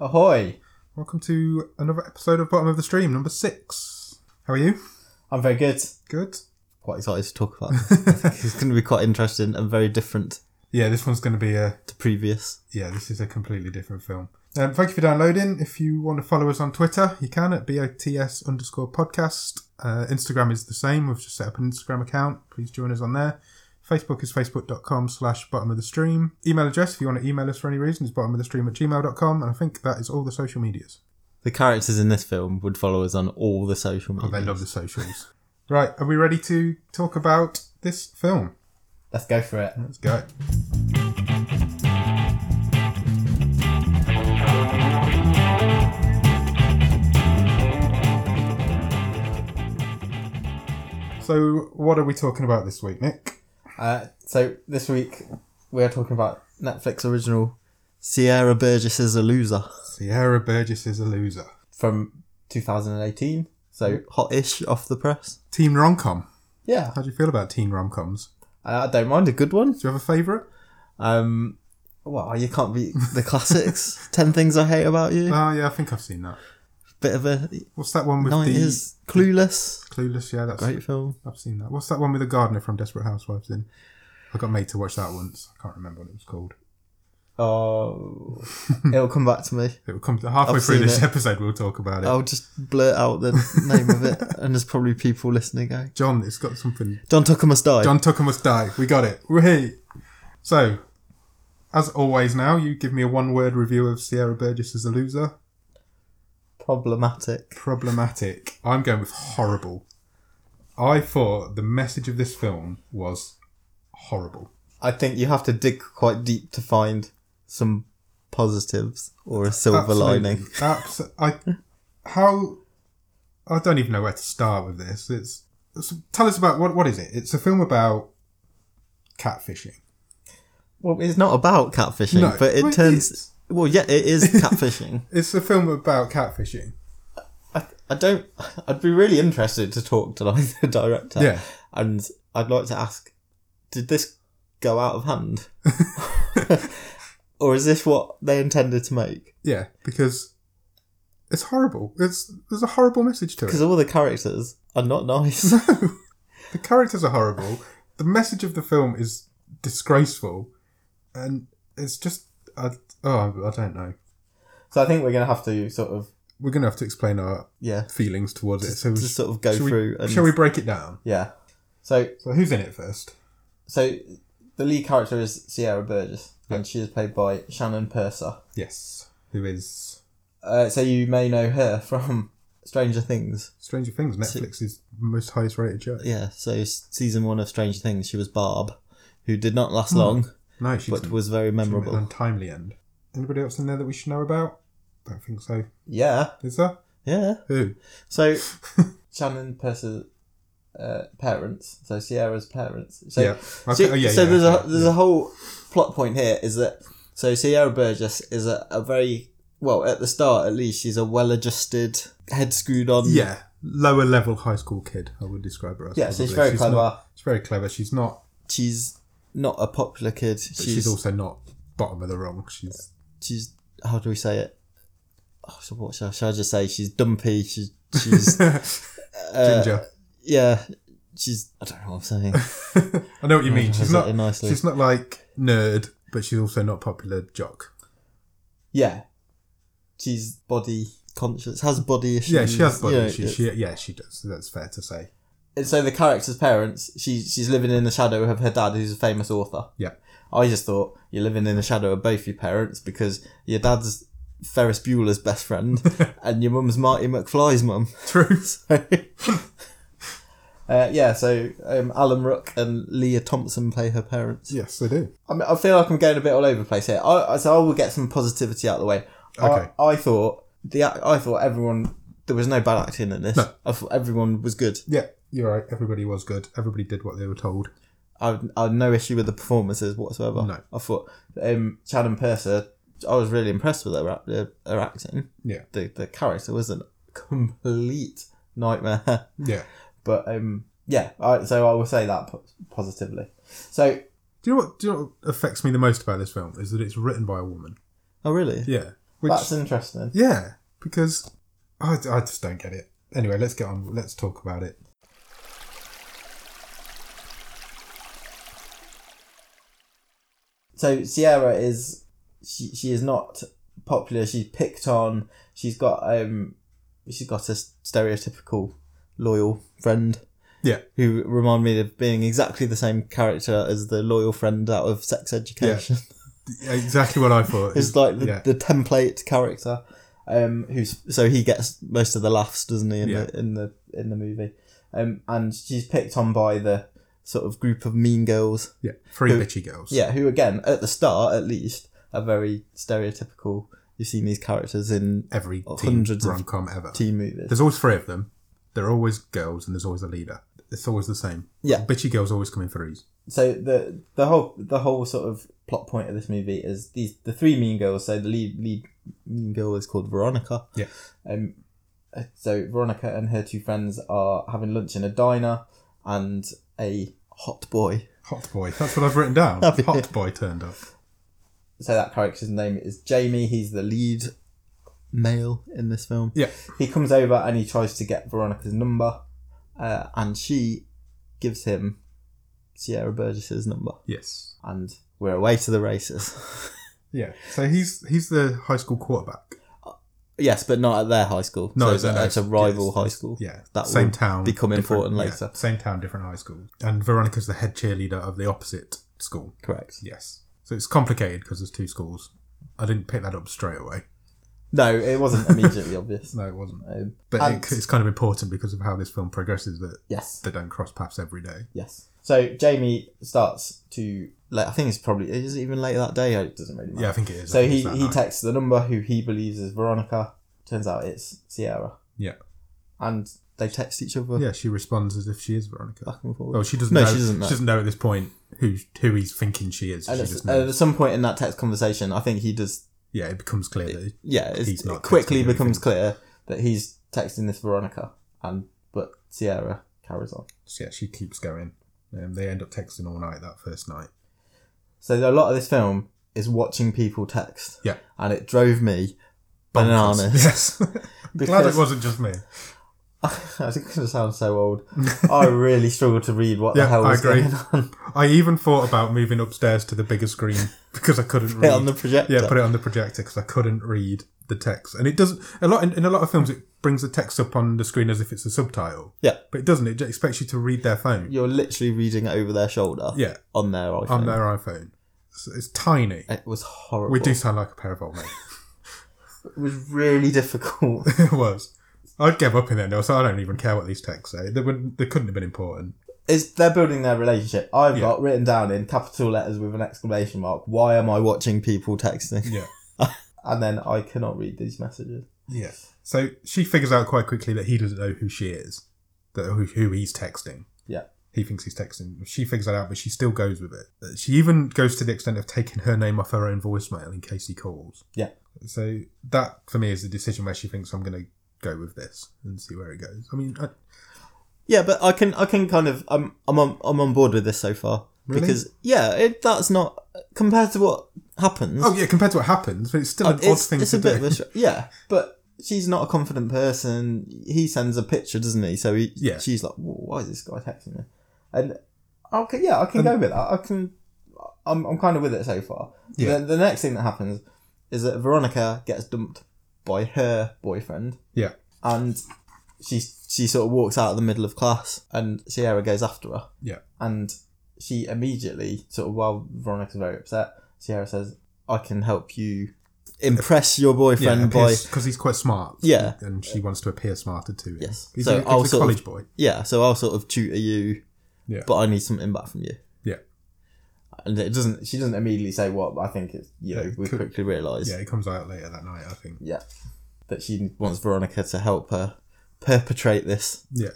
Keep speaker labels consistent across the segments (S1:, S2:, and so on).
S1: Ahoy!
S2: Welcome to another episode of Bottom of the Stream, number six. How are you?
S1: I'm very good.
S2: Good.
S1: Quite excited to talk about. this. I think it's going to be quite interesting and very different
S2: Yeah, this one's going to be a
S1: to previous.
S2: yeah. This is a completely different film. Um, thank you for downloading. If you want to follow us on Twitter, you can at bots underscore podcast. Uh, Instagram is the same. We've just set up an Instagram account. Please join us on there. Facebook is facebook.com slash bottom of the stream. Email address, if you want to email us for any reason, is bottom of the stream at gmail.com. And I think that is all the social medias.
S1: The characters in this film would follow us on all the social
S2: Oh,
S1: media.
S2: they love the socials. right, are we ready to talk about this film?
S1: Let's go for it.
S2: Let's go. So, what are we talking about this week, Nick?
S1: Uh, so this week we are talking about Netflix original Sierra Burgess is a loser
S2: Sierra Burgess is a loser.
S1: from 2018. So hot-ish off the press.
S2: Teen rom-com.
S1: Yeah,
S2: How do you feel about teen rom-coms?
S1: I I don't mind a good one.
S2: Do you have a favourite?
S1: Um, well, you can't beat the classics. Ten things I hate about you.
S2: Oh, yeah, I think I've seen that.
S1: Bit of a
S2: What's that one with the...
S1: nineties clueless.
S2: Clueless, yeah, that's...
S1: Great film.
S2: I've seen that. What's that one with the gardener from Desperate Housewives in? I got made to watch that once. I can't remember what it was called.
S1: Oh, it'll come back to me.
S2: It will come halfway
S1: I've
S2: through
S1: seen
S2: this
S1: it.
S2: episode. We'll talk about it.
S1: I'll just blurt out the name of it, and there's probably people listening going,
S2: John, it's got something.
S1: "John Tucker must die."
S2: John Tucker must die. We got it. Whee! So, as always, now you give me a one-word review of Sierra Burgess as a loser.
S1: Problematic.
S2: Problematic. I'm going with horrible. I thought the message of this film was horrible.
S1: I think you have to dig quite deep to find some positives or a silver lining.
S2: Abs- I, how? I don't even know where to start with this. It's, it's tell us about what what is it? It's a film about catfishing.
S1: Well, it's not about catfishing,
S2: No,
S1: but it
S2: well, it
S1: turns.
S2: is.
S1: well, yeah, it is catfishing.
S2: It's a film about catfishing.
S1: I, I don't. I'd be really interested to talk to like the director.
S2: Yeah.
S1: And I'd like to ask, did this go out of hand, or is this what they intended to make?
S2: Yeah, because it's horrible. It's there's a horrible message to
S1: Because
S2: it.
S1: all the characters are not nice.
S2: The characters are horrible. The message of the film is disgraceful, and it's just I, oh I don't know.
S1: so I think we're gonna have to sort of
S2: We're gonna have to explain our
S1: yeah,
S2: feelings towards it. So
S1: just sort of go
S2: shall we-
S1: through and
S2: shall we break it down?
S1: yeah. So
S2: So who's in it first?
S1: so the lead character is Sierra Burgess, and she is played by Shannon Purser.
S2: Yes, who is
S1: Uh, so you may know her from Stranger Things.
S2: Stranger Things? Netflix's most highest rated show.
S1: Yeah, so s- season one of Stranger Things, she was Barb, who did not
S2: Hmm.
S1: last long,
S2: No, she's
S1: but was very
S2: an
S1: memorable.
S2: untimely end. Anybody else in there that we should know about? Don't think so.
S1: Yeah,
S2: Is there?
S1: yeah.
S2: Who?
S1: So Shannon Purser's uh, parents, so Sierra's parents. So,
S2: Yeah.
S1: so,
S2: Okay, oh, yeah,
S1: so
S2: yeah,
S1: there's a
S2: okay,
S1: there's a whole plot point here is that so Sierra Burgess is a, a very well at the start at least she's a well adjusted head screwed on
S2: Yeah, lower level high school kid. I would describe her as.
S1: yeah so she's
S2: probably.
S1: very clever
S2: Not, she's very clever. She's not.
S1: she's not a popular kid
S2: But
S1: she's
S2: she's,
S1: she's,
S2: also not bottom of the rung. She's
S1: how do we say it oh, so what shall, shall I just say she's dumpy she's she's
S2: ginger.
S1: yeah she's I don't know what I'm saying
S2: I know what you mean. She's
S1: has
S2: not.
S1: it nicely.
S2: She's not like nerd, but she's also not popular jock.
S1: Yeah. She's body conscious, has body issues.
S2: Yeah, she has body
S1: you know,
S2: issues. She, yeah, she does. That's fair to say.
S1: And so the character's parents, she, she's living in the shadow of her dad, who's a famous author.
S2: Yeah.
S1: I just thought you're living in the shadow of both your parents because your dad's Ferris Bueller's best friend and your mum's Marty McFly's mum.
S2: True.
S1: So, uh, yeah, so um, Alan Rook and Leah Thompson play her parents.
S2: Yes, they do.
S1: I, mean, I feel like I'm going a bit all over the place here. I, I- so I will get some positivity out of the way.
S2: Okay.
S1: I, I thought the act- I thought everyone there was no bad acting in this.
S2: No.
S1: I thought everyone was good.
S2: Yeah, you're right. Everybody was good. Everybody did what they were told.
S1: I, I had no issue with the performances whatsoever.
S2: No.
S1: I thought um, Shannon Purser. I was really impressed with her act- her, her acting.
S2: Yeah.
S1: The the character was a complete nightmare.
S2: Yeah.
S1: but um, yeah. I, so I will say that po- positively. So
S2: Do you know what? Do you know what affects me the most about this film is that it's written by a woman.
S1: oh really?
S2: Yeah. Which
S1: That's interesting.
S2: yeah, because I, I just don't get it. Anyway, let's get on. Let's talk about it.
S1: So Sierra is she, she is not popular. She's picked on. She's got um she's got a stereotypical loyal friend.
S2: Yeah.
S1: Who remind me of being exactly the same character as the loyal friend out of Sex Education.
S2: Exactly what I thought.
S1: it's like the,
S2: yeah.
S1: the template character. Um, who's so he gets most of the laughs, doesn't he? In the
S2: Yeah.
S1: in the in the movie, um, and she's picked on by the sort of group of mean girls.
S2: yeah, three
S1: who-
S2: bitchy girls.
S1: Yeah, who again at the start at least are very stereotypical. You've seen these characters in
S2: every
S1: Or
S2: teen
S1: hundreds of
S2: rom com ever.
S1: teen movies.
S2: There's always three of them. They're always girls, and there's always a leader. It's always the same.
S1: Yeah.
S2: bitchy girls always come in threes.
S1: So the the whole the whole sort of plot point of this movie is these the three mean girls. So the lead lead mean girl is called Veronica.
S2: Yeah.
S1: Um, uh, so Veronica and her two friends are having lunch in a diner, and a hot boy.
S2: Hot boy. That's what I've written down.
S1: Have you?
S2: Hot boy turned up.
S1: So that character's name is Jamie. He's the lead male in this film.
S2: Yeah,
S1: He comes over and he tries to get Veronica's number, uh, and she gives him Sierra Burgess's number,
S2: yes.
S1: and we're away to the races.
S2: Yeah. So he's he's the high school quarterback.
S1: yes, but not at their high school.
S2: No,
S1: so
S2: it's
S1: it's,
S2: at
S1: a,
S2: their-
S1: it's a rival
S2: yes,
S1: high school.
S2: Yeah.
S1: That
S2: same
S1: will
S2: town.
S1: become
S2: different-
S1: important
S2: yeah,
S1: later.
S2: same town, different high school. And Veronica's the head cheerleader of the opposite school.
S1: Correct.
S2: Yes. So it's complicated because there's two schools. I didn't pick that up straight away.
S1: No, it wasn't immediately obvious.
S2: No, it wasn't.
S1: Um,
S2: But
S1: and-
S2: it, it's kind of important because of how this film progresses that
S1: yes,
S2: they don't cross paths every day.
S1: yes. So Jamie starts to. Like, I think it's probably is it even later that day. It doesn't really matter.
S2: Yeah, I think it is. I
S1: So
S2: think
S1: he,
S2: it's that
S1: he
S2: night.
S1: texts the number who he believes is Veronica. Turns out it's Sierra.
S2: Yeah.
S1: And they text each other
S2: yeah, she responds as if she is Veronica.
S1: back and forth.
S2: Well, she doesn't.
S1: Ah. No,
S2: know,
S1: she doesn't know.
S2: at this point who who he's thinking she is.
S1: and
S2: she
S1: it's- uh,
S2: just
S1: and
S2: knows.
S1: at some point in that text conversation, I think he does.
S2: yeah, it becomes clear that
S1: Yeah, it's,
S2: He's not
S1: it quickly
S2: texting
S1: becomes clear that he's texting this Veronica, and but Sierra carries on.
S2: yeah, she keeps going. Um, they end up texting all night that first night.
S1: So a lot of this film is watching people text.
S2: Yeah.
S1: and it drove me bananas.
S2: Yes. Glad it
S1: Because-
S2: wasn't just me.
S1: I was going to sound so old. I really struggled to read what
S2: Yeah,
S1: the hell
S2: I
S1: was
S2: agree.
S1: going on.
S2: I even thought about moving upstairs to the bigger screen because I couldn't read.
S1: on the projector.
S2: yeah, put it on the projector because I couldn't read the text. And it doesn't a lot in, in a lot of films. It brings the text up on the screen as if it's a subtitle.
S1: Yeah.
S2: but it doesn't. It just expects you to read their phone.
S1: You're literally reading it over their shoulder.
S2: Yeah.
S1: on their iPhone.
S2: on their iPhone. So it's tiny.
S1: It was horrible.
S2: We do sound like a pair of old men.
S1: It was really difficult.
S2: it was. I gave up in the end. I was like, I don't even care what these texts say. They, wouldn't, they couldn't have been important.
S1: It's they're building their relationship. I've
S2: Yeah.
S1: got written down in capital letters with an exclamation mark. Why am I watching people texting?
S2: Yeah.
S1: And then I cannot read these messages.
S2: Yeah. So she figures out quite quickly that he doesn't know who she is, that who, who he's texting.
S1: Yeah.
S2: He thinks he's texting. She figures that out, but she still goes with it. Uh, She even goes to the extent of taking her name off her own voicemail in case he calls.
S1: Yeah.
S2: So that, for me, is the decision where she thinks I'm going to go with this and see where it goes. I mean, I,
S1: Yeah, but I can I can kind of I'm I'm on, I'm on board with this so far
S2: Really?
S1: because yeah, it, that's not compared to what happens.
S2: oh, yeah, compared to what happens, but it's still an odd
S1: Uh, it's,
S2: thing
S1: it's
S2: to
S1: a bit
S2: do.
S1: of a str- yeah, but she's not a confident person. He sends a picture, doesn't he? So he,
S2: Yeah.
S1: she's like, "Wh- why is this guy texting me? And okay, yeah, I can go with that. I can, I'm, I'm kind of with it so far.
S2: Yeah.
S1: The, the next thing that happens is that Veronica gets dumped by her boyfriend,
S2: yeah.
S1: and she she sort of walks out of the middle of class, and Sierra goes after her,
S2: Yeah.
S1: and she immediately sort of while Veronica's very upset, Sierra says, "I can help you." Impress your boyfriend
S2: yeah,
S1: by
S2: because he's quite smart.
S1: Yeah.
S2: and she wants to appear smarter to him.
S1: Yes.
S2: he's,
S1: So
S2: a, he's
S1: I'll
S2: a
S1: sort
S2: college
S1: of-
S2: boy.
S1: yeah, so I'll sort of tutor you,
S2: Yeah.
S1: but I need something back from you.
S2: Yeah.
S1: And it doesn't. She doesn't immediately say what, but I think it's you know
S2: Yeah,
S1: we
S2: could-
S1: quickly realise
S2: Yeah, he comes out later that night, I think.
S1: yeah that she wants Veronica to help her perpetrate this
S2: Yeah.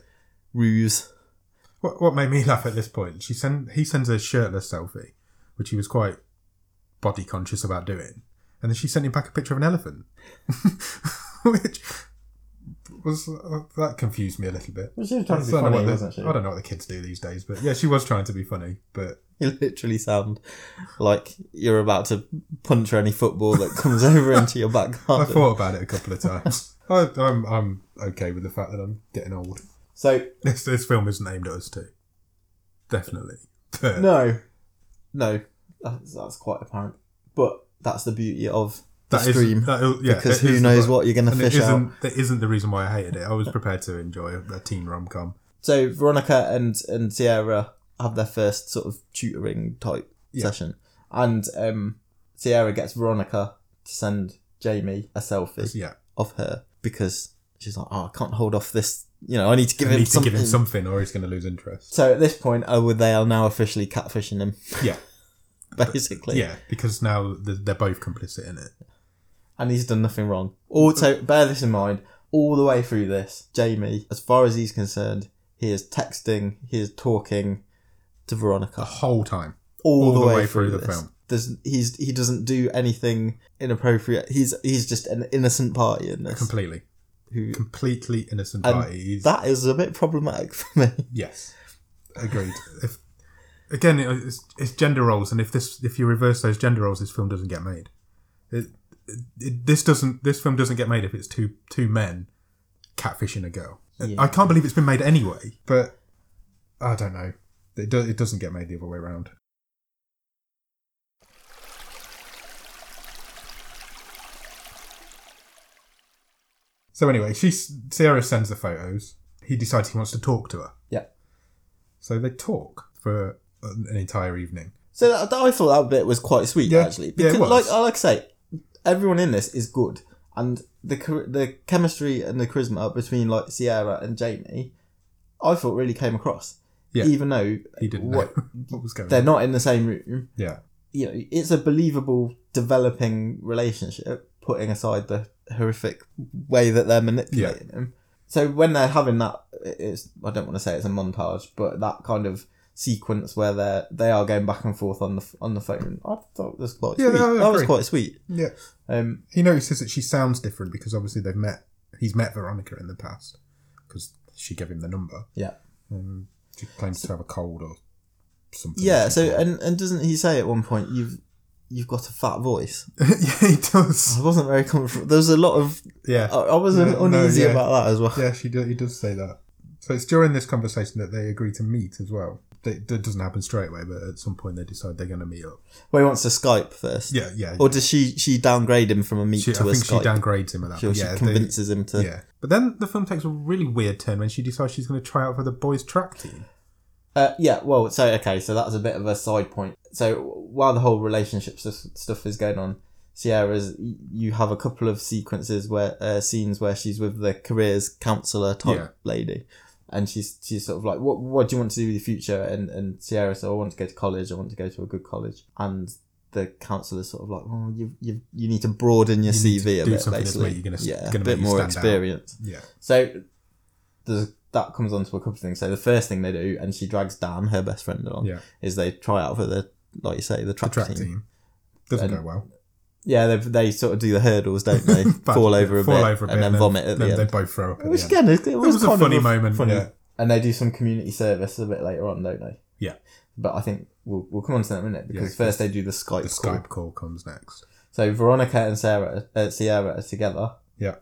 S1: ruse.
S2: What What made me laugh at this point? She send he sends her a shirtless selfie, which he was quite body conscious about doing, and then she sent him back a picture of an elephant, which was uh, that confused me a little bit.
S1: She was trying to be
S2: I don't know
S1: funny,
S2: what the-
S1: wasn't she?
S2: I don't know what the kids do these days, but yeah, she was trying to be funny, but
S1: You literally sound like you're about to punch any football that comes over into your back
S2: I
S1: garden.
S2: thought about it a couple of times. I, I'm I'm okay with the fact that I'm getting old.
S1: So
S2: This this film is named at us too, definitely. But
S1: no, no, that's, that's quite apparent. But that's the beauty of the
S2: that is-
S1: stream
S2: that'll- yeah,
S1: because
S2: that
S1: who
S2: is
S1: knows
S2: the-
S1: what you're going to
S2: And it
S1: fish out.
S2: isn't, that isn't the reason why I hated it. I was prepared to enjoy a teen rom com.
S1: So Veronica and and Sierra have their first sort of tutoring type
S2: Yeah.
S1: session, and um, Sierra gets Veronica to send Jamie a selfie
S2: Yeah,
S1: of her because she's like, "Oh, I can't hold off this. You know, I need to give
S2: I
S1: him
S2: need to
S1: something."
S2: give him something, or he's going to lose interest.
S1: so at this point, oh, well, they are now officially catfishing him,
S2: Yeah,
S1: basically.
S2: yeah, because now they're, they're both complicit in it.
S1: and he's done nothing wrong. Also, bear this in mind, all the way through this, Jamie, as far as he's concerned, he is texting, he is talking to Veronica
S2: The whole time.
S1: all, the, way, through, the film. There's, he's he doesn't do anything inappropriate. He's he's just an innocent party in this.
S2: Completely.
S1: Who,
S2: Completely innocent
S1: And
S2: parties.
S1: that is a bit problematic for me.
S2: yes. Agreed. if, again, it- it's, it's gender roles, and if this if you reverse those gender roles, this film doesn't get made. It, it, it- this doesn't. This film doesn't get made if it's two two men catfishing a girl.
S1: Yeah.
S2: I can't believe it's been made anyway. But I don't know. It, do, it doesn't get made the other way around. So anyway, she Sierra sends the photos. He decides he wants to talk to her.
S1: Yeah.
S2: So they talk for an entire evening.
S1: So that, that- I thought that bit was quite sweet
S2: Yeah,
S1: actually.
S2: yeah, it
S1: Because
S2: was.
S1: like like I say, everyone in this is good, and the char- the chemistry and the charisma between like Sierra and Jamie, I thought really came across.
S2: Yeah.
S1: Even though
S2: He didn't
S1: What-
S2: know what was going
S1: they're
S2: on.
S1: not in the same room,
S2: Yeah.
S1: you know, it's a believable developing relationship, putting aside the horrific way that they're manipulating him. So when they're having that, it's I don't want to say it's a montage, but that kind of sequence where they are they are going back and forth on the on the phone, I thought was quite
S2: Yeah,
S1: sweet.
S2: no, I
S1: that was
S2: agree.
S1: quite sweet.
S2: Yeah.
S1: Um,
S2: he notices that she sounds different because obviously they've met. He's met Veronica in the past because she gave him the number.
S1: Yeah.
S2: Um, she claims to have a cold or something.
S1: yeah. So and and doesn't he say at one point you've you've got a fat voice?
S2: yeah, he does.
S1: I wasn't very comfortable. There was a lot of
S2: Yeah.
S1: I, I was
S2: No, no,
S1: uneasy
S2: yeah.
S1: about that as well.
S2: Yeah, she do, he does say that. So it's during this conversation that they agree to meet as well. They, that doesn't happen straight away, but at some point they decide they're going to meet up.
S1: Where he wants to Skype first.
S2: Yeah, yeah.
S1: Or does she she downgrade him from a meet
S2: she, I
S1: Oh, to a
S2: think she
S1: Skype?
S2: downgrades him at that.
S1: She,
S2: point.
S1: she
S2: yeah, they-
S1: convinces him to.
S2: yeah. But then the film takes a really weird turn when she decides she's going to try out for the boys' track team.
S1: Uh, yeah. Well, so okay, so that's a bit of a side point. So while the whole relationship s- stuff is going on, Sierra's you have a couple of sequences where uh, scenes where she's with the careers counselor type
S2: Yeah.
S1: lady, and she's she's sort of like, what what do you want to do with your future? And and Sierra said, I want to go to college. I want to go to a good college. And the counselor's sort of like, well, you you you need to broaden your
S2: You need to
S1: CV a
S2: do
S1: bit,
S2: something that's
S1: basically.
S2: where you're gonna s-
S1: yeah,
S2: gonna
S1: a
S2: make
S1: bit
S2: you
S1: more
S2: stand out.
S1: experience.
S2: Yeah.
S1: So there's, that comes on to a couple of things. So the first thing they do, and she drags Dan, her best friend, along,
S2: Yeah.
S1: is they try out for the, like you say, the
S2: The
S1: track,
S2: track
S1: team.
S2: team. Doesn't
S1: And-
S2: go well.
S1: Yeah, they, they sort of do the hurdles, don't they?
S2: Bad.
S1: fall over a
S2: Fall
S1: bit
S2: over a
S1: and then, vomit at
S2: then
S1: the
S2: They
S1: end.
S2: both throw up. At
S1: Which
S2: the end.
S1: again, it, it
S2: It was,
S1: was,
S2: a
S1: kind
S2: funny
S1: of
S2: moment.
S1: funny.
S2: Yeah.
S1: And they do some community service a bit later on, don't they?
S2: Yeah.
S1: But I think we'll, we'll come on to that in a minute because first they do the Skype
S2: The
S1: call.
S2: Skype call comes next.
S1: So Veronica and Sarah, uh, Sierra are together.
S2: Yeah.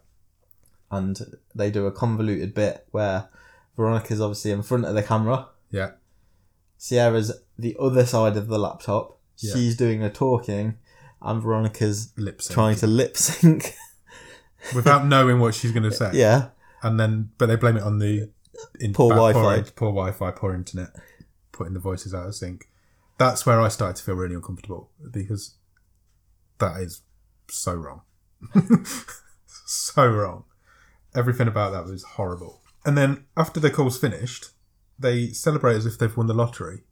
S1: And they do a convoluted bit where Veronica's obviously in front of the camera.
S2: Yeah.
S1: Sierra's the other side of the laptop.
S2: Yeah.
S1: She's doing the talking, and Veronica's
S2: Lip sync.
S1: trying to lip sync.
S2: Without knowing what she's going to say.
S1: yeah.
S2: And then, but they blame it on the in,
S1: Poor
S2: bad-
S1: Wi-Fi.
S2: Poor, poor Wi-Fi. Poor internet. Putting the voices out of sync. That's where I started to feel really uncomfortable because that is so wrong. so wrong. Everything about that was horrible. And then after the call's finished, they celebrate as if they've won the lottery,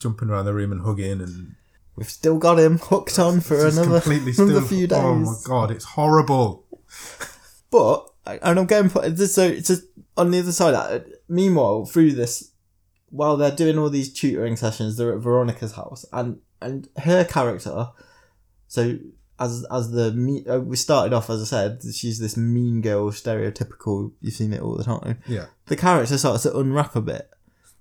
S2: jumping around the room and hugging and
S1: We've still got him hooked on for
S2: just
S1: another,
S2: completely
S1: another
S2: still.
S1: few days.
S2: Oh my god, it's horrible.
S1: But and I'm going for this. So it's just on the other side. of that, Meanwhile, through this, while they're doing all these tutoring sessions, they're at Veronica's house, and and her character. So as as the me- uh, we started off as I said, she's this mean girl stereotypical. You've seen it all the time.
S2: Yeah.
S1: The character starts to unwrap a bit.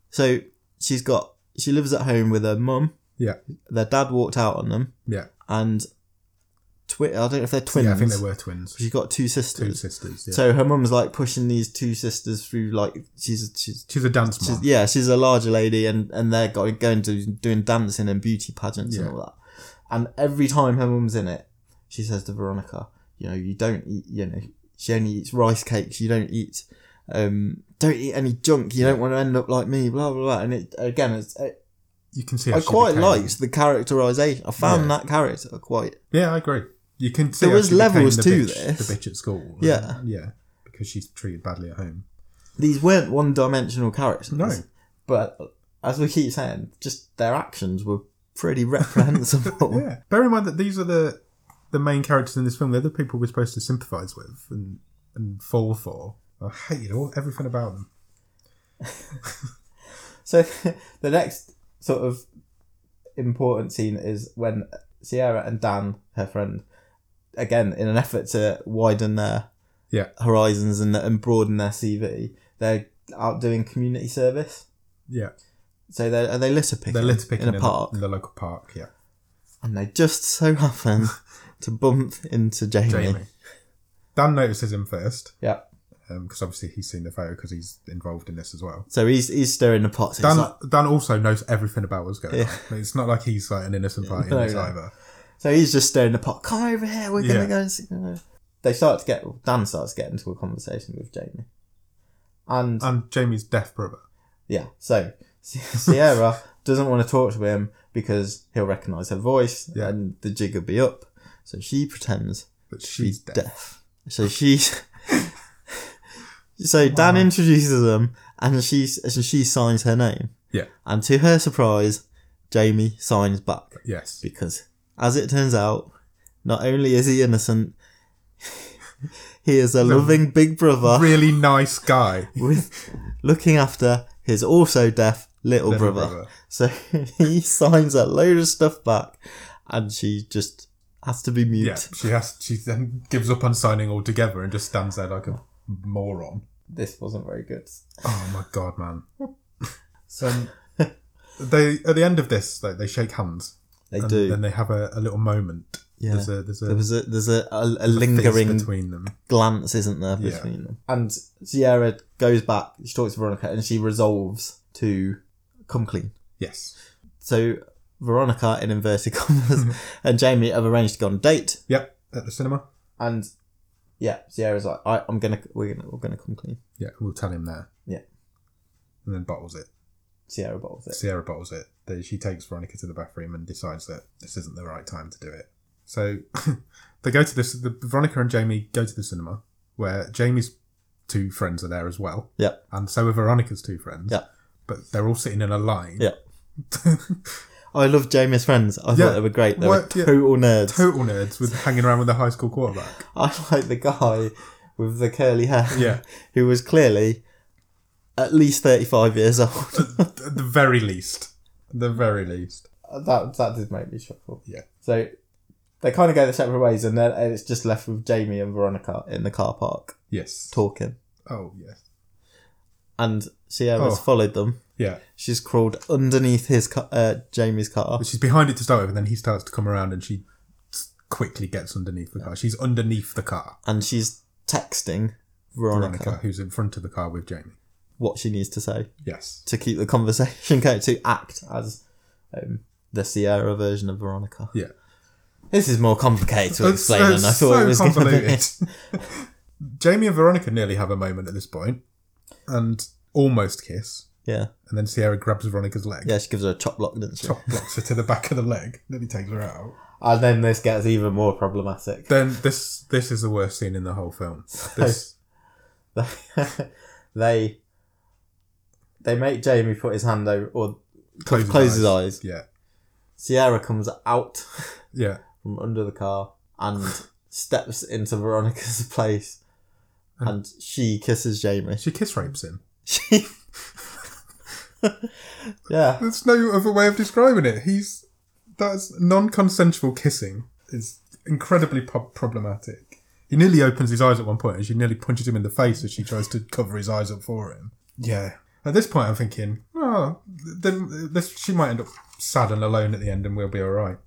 S1: So she's got she lives at home with her mum.
S2: Yeah.
S1: Their dad walked out on them,
S2: Yeah.
S1: and twi- I don't know if they're twins.
S2: Yeah, I think they were twins.
S1: She's got two
S2: Two
S1: sisters.
S2: sisters. Yeah.
S1: So her mum's like pushing these two sisters through like she's she's
S2: She's a dance
S1: She's,
S2: mom.
S1: yeah, she's a larger lady, and and they're going going to doing dancing and beauty pageants
S2: Yeah.
S1: and all that. And every time her mum's in it, she says to Veronica, "You know, you don't eat. You know, she only eats rice cakes. You don't eat, um, don't eat any junk. You don't want to end up like me. Blah blah blah." And it again, it's, it,
S2: You can see. How
S1: I
S2: she
S1: quite
S2: became-
S1: liked the characterization. I found
S2: Yeah.
S1: that character quite.
S2: Yeah, I agree. You can see
S1: There
S2: how
S1: was
S2: she became
S1: levels
S2: the
S1: to
S2: bitch,
S1: this.
S2: The bitch at school.
S1: Yeah.
S2: Yeah. Because she's treated badly at home.
S1: These weren't one-dimensional characters.
S2: No.
S1: but as we keep saying, just their actions were pretty reprehensible.
S2: Yeah. Bear in mind that these are the the main characters in this film. They're the people we're supposed to sympathise with and and fall for. I hated all everything about them.
S1: So the next sort of important scene is when Sierra and Dan, her friend, again in an effort to widen their
S2: Yeah.
S1: horizons and, and broaden their CV, they're out doing community service.
S2: Yeah.
S1: So they are they litter picking?
S2: They're litter picking
S1: in a park,
S2: in the local park. Yeah.
S1: and they just so happen to bump into Jamie.
S2: Jamie. Dan notices him first
S1: Yeah.
S2: because obviously he's seen the photo because he's involved in this as well.
S1: So he's he's stirring the pot. He's
S2: Dan,
S1: like-
S2: Dan also knows everything about what's going
S1: Yeah.
S2: on. It's not like he's like an innocent party
S1: No,
S2: in this
S1: no.
S2: either.
S1: so he's just stirring the pot. Come over here. We're
S2: Yeah.
S1: gonna go and see. They start to get Dan starts to get into a conversation with Jamie, and
S2: And Jamie's deaf brother.
S1: Yeah, so Sierra doesn't want to talk to him because he'll recognise her voice
S2: Yeah.
S1: and the jig will be up. So she pretends
S2: But she's,
S1: she's
S2: deaf.
S1: deaf. So she's. so Dan introduces them and she, and she signs her name.
S2: Yeah.
S1: And to her surprise, Jamie signs back
S2: Yes.
S1: because, as it turns out, not only is he innocent, he is a loving big brother
S2: Really nice guy.
S1: with looking after his also deaf little,
S2: Little
S1: brother. So he signs a load of stuff back, and she just has to be mute.
S2: Yeah, she has. She then gives up on signing altogether and just stands there like a moron.
S1: This wasn't very good.
S2: Oh my god, man! so um, they at the end of this, like, they shake hands.
S1: They
S2: and
S1: do.
S2: Then they have a, a little moment.
S1: Yeah.
S2: There's a there's a,
S1: there was a there's a, a, a
S2: fizz
S1: lingering
S2: between them.
S1: glance, isn't there,
S2: Yeah.
S1: between them? And Sierra goes back. She talks to Veronica, and she resolves to come clean.
S2: Yes.
S1: So Veronica, in inverted commas, and Jamie have arranged to go on a date,
S2: Yep. At the cinema.
S1: and yeah, Sierra's like, I, I'm gonna we're gonna we're gonna come clean.
S2: Yeah, we'll tell him there.
S1: Yeah.
S2: And then bottles it.
S1: Sierra bottles it.
S2: Sierra bottles it. They, she takes Veronica to the bathroom and decides that this isn't the right time to do it. So they go to this. The, Veronica and Jamie go to the cinema where Jamie's two friends are there as well,
S1: Yep.
S2: and so are Veronica's two friends.
S1: Yeah.
S2: But they're all sitting in a line.
S1: Yeah. I love Jamie's friends. I
S2: Yeah.
S1: thought they were great. They
S2: What-
S1: were
S2: yeah.
S1: total nerds.
S2: Total nerds with hanging around with the high school quarterback.
S1: I like the guy with the curly hair.
S2: Yeah.
S1: Who was clearly at least 35 years old.
S2: At the very least. At the very least.
S1: that that did make me chuckle.
S2: Yeah.
S1: So they kind of go their separate ways and then and it's just left with Jamie and Veronica in the car park
S2: Yes.
S1: talking.
S2: Oh yes.
S1: And Sierra's
S2: Oh.
S1: followed them.
S2: Yeah.
S1: She's crawled underneath his car, uh, Jamie's car.
S2: But she's behind it to start with, and then he starts to come around, and she quickly gets underneath the car. She's underneath the car.
S1: and she's texting Veronica,
S2: Veronica, who's in front of the car with Jamie.
S1: what she needs to say
S2: Yes.
S1: to keep the conversation going, to act as um, the Sierra version of Veronica.
S2: Yeah.
S1: This is more complicated to explain than I thought it was going to be.
S2: Jamie and Veronica nearly have a moment at this point, and almost kiss,
S1: Yeah,
S2: and then Sierra grabs Veronica's leg,
S1: yeah, she gives her a chop block, doesn't she?
S2: top blocks her to the back of the leg, then he takes her out.
S1: And then this gets even more problematic.
S2: Then this this is the worst scene in the whole film. This
S1: they they make Jamie put his hand over or
S2: closes,
S1: close his eyes.
S2: Yeah,
S1: Sierra comes out
S2: yeah,
S1: from under the car and steps into Veronica's place, and she kisses Jamie.
S2: she kiss rapes him.
S1: She, yeah,
S2: There's no other way of describing it. He's that's non-consensual kissing. Is incredibly po- problematic. He nearly opens his eyes at one point, and she nearly punches him in the face as she tries to cover his eyes up for him. Yeah. At this point, I'm thinking, oh, then this, she might end up sad and alone at the end, and we'll be all right.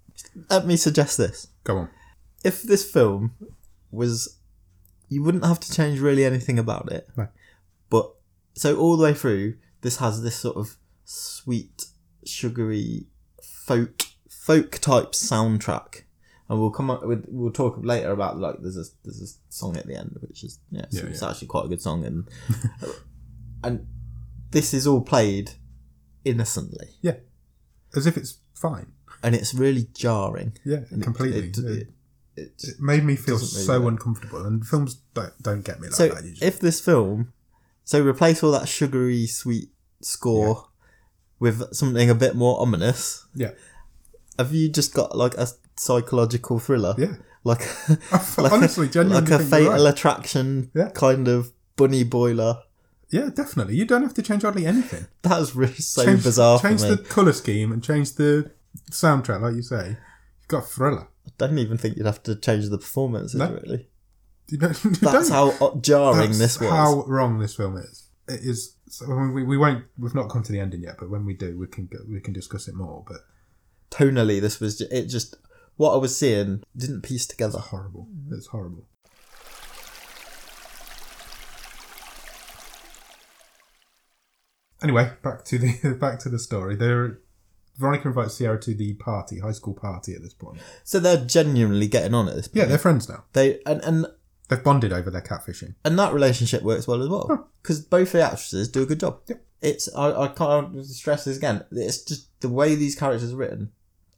S1: Let me suggest this.
S2: Go on.
S1: If this film was. You wouldn't have to change really anything about it.
S2: Right.
S1: But. So, all the way through, this has this sort of sweet, sugary, folk folk type soundtrack. And we'll come up with we'll talk later about like there's a there's a song at the end which is yeah it's,
S2: Yeah,
S1: it's
S2: yeah.
S1: actually quite a good song and and this is all played innocently
S2: As if it's fine.
S1: and it's really jarring
S2: Yeah,
S1: and it-
S2: completely.
S1: it-
S2: It,
S1: it- it-
S2: it made me feel
S1: doesn't really
S2: so
S1: work.
S2: uncomfortable, and films don't, don't get me like
S1: so
S2: that usually.
S1: if this film so replace all that sugary sweet score with something a bit more ominous
S2: yeah,
S1: have you just got like a psychological thriller
S2: yeah.
S1: like Like a-
S2: Honestly, genuinely,
S1: like a
S2: think you're right.
S1: fatal attraction
S2: Yeah.
S1: kind of bunny boiler
S2: Yeah, definitely. You don't have to change hardly anything.
S1: that was really so
S2: change,
S1: bizarre
S2: Change
S1: for me
S2: the color scheme and change the soundtrack, like you say. You've got a thriller.
S1: i don't even think you'd have to change the performances
S2: No.
S1: really
S2: You don't, you
S1: that's
S2: don't-
S1: how o- jarring
S2: that's
S1: this was
S2: How wrong this film is. It is. So I mean, we, we won't. We've not come to the ending yet, but when we do, we can go, we can discuss it more. But
S1: tonally this was ju- it just what i was seeing didn't piece together
S2: it's horrible.
S1: Mm.
S2: It's horrible. Anyway, back to the back to the story. There, Veronica invites Sierra to the party, high school party. At this point,
S1: so they're genuinely getting on at this point
S2: yeah, they're friends now.
S1: they and, and
S2: They've bonded over their catfishing.
S1: and that relationship works well as well because both the actresses do a good job. It's I, I can't stress this again. It's just the way these characters are written.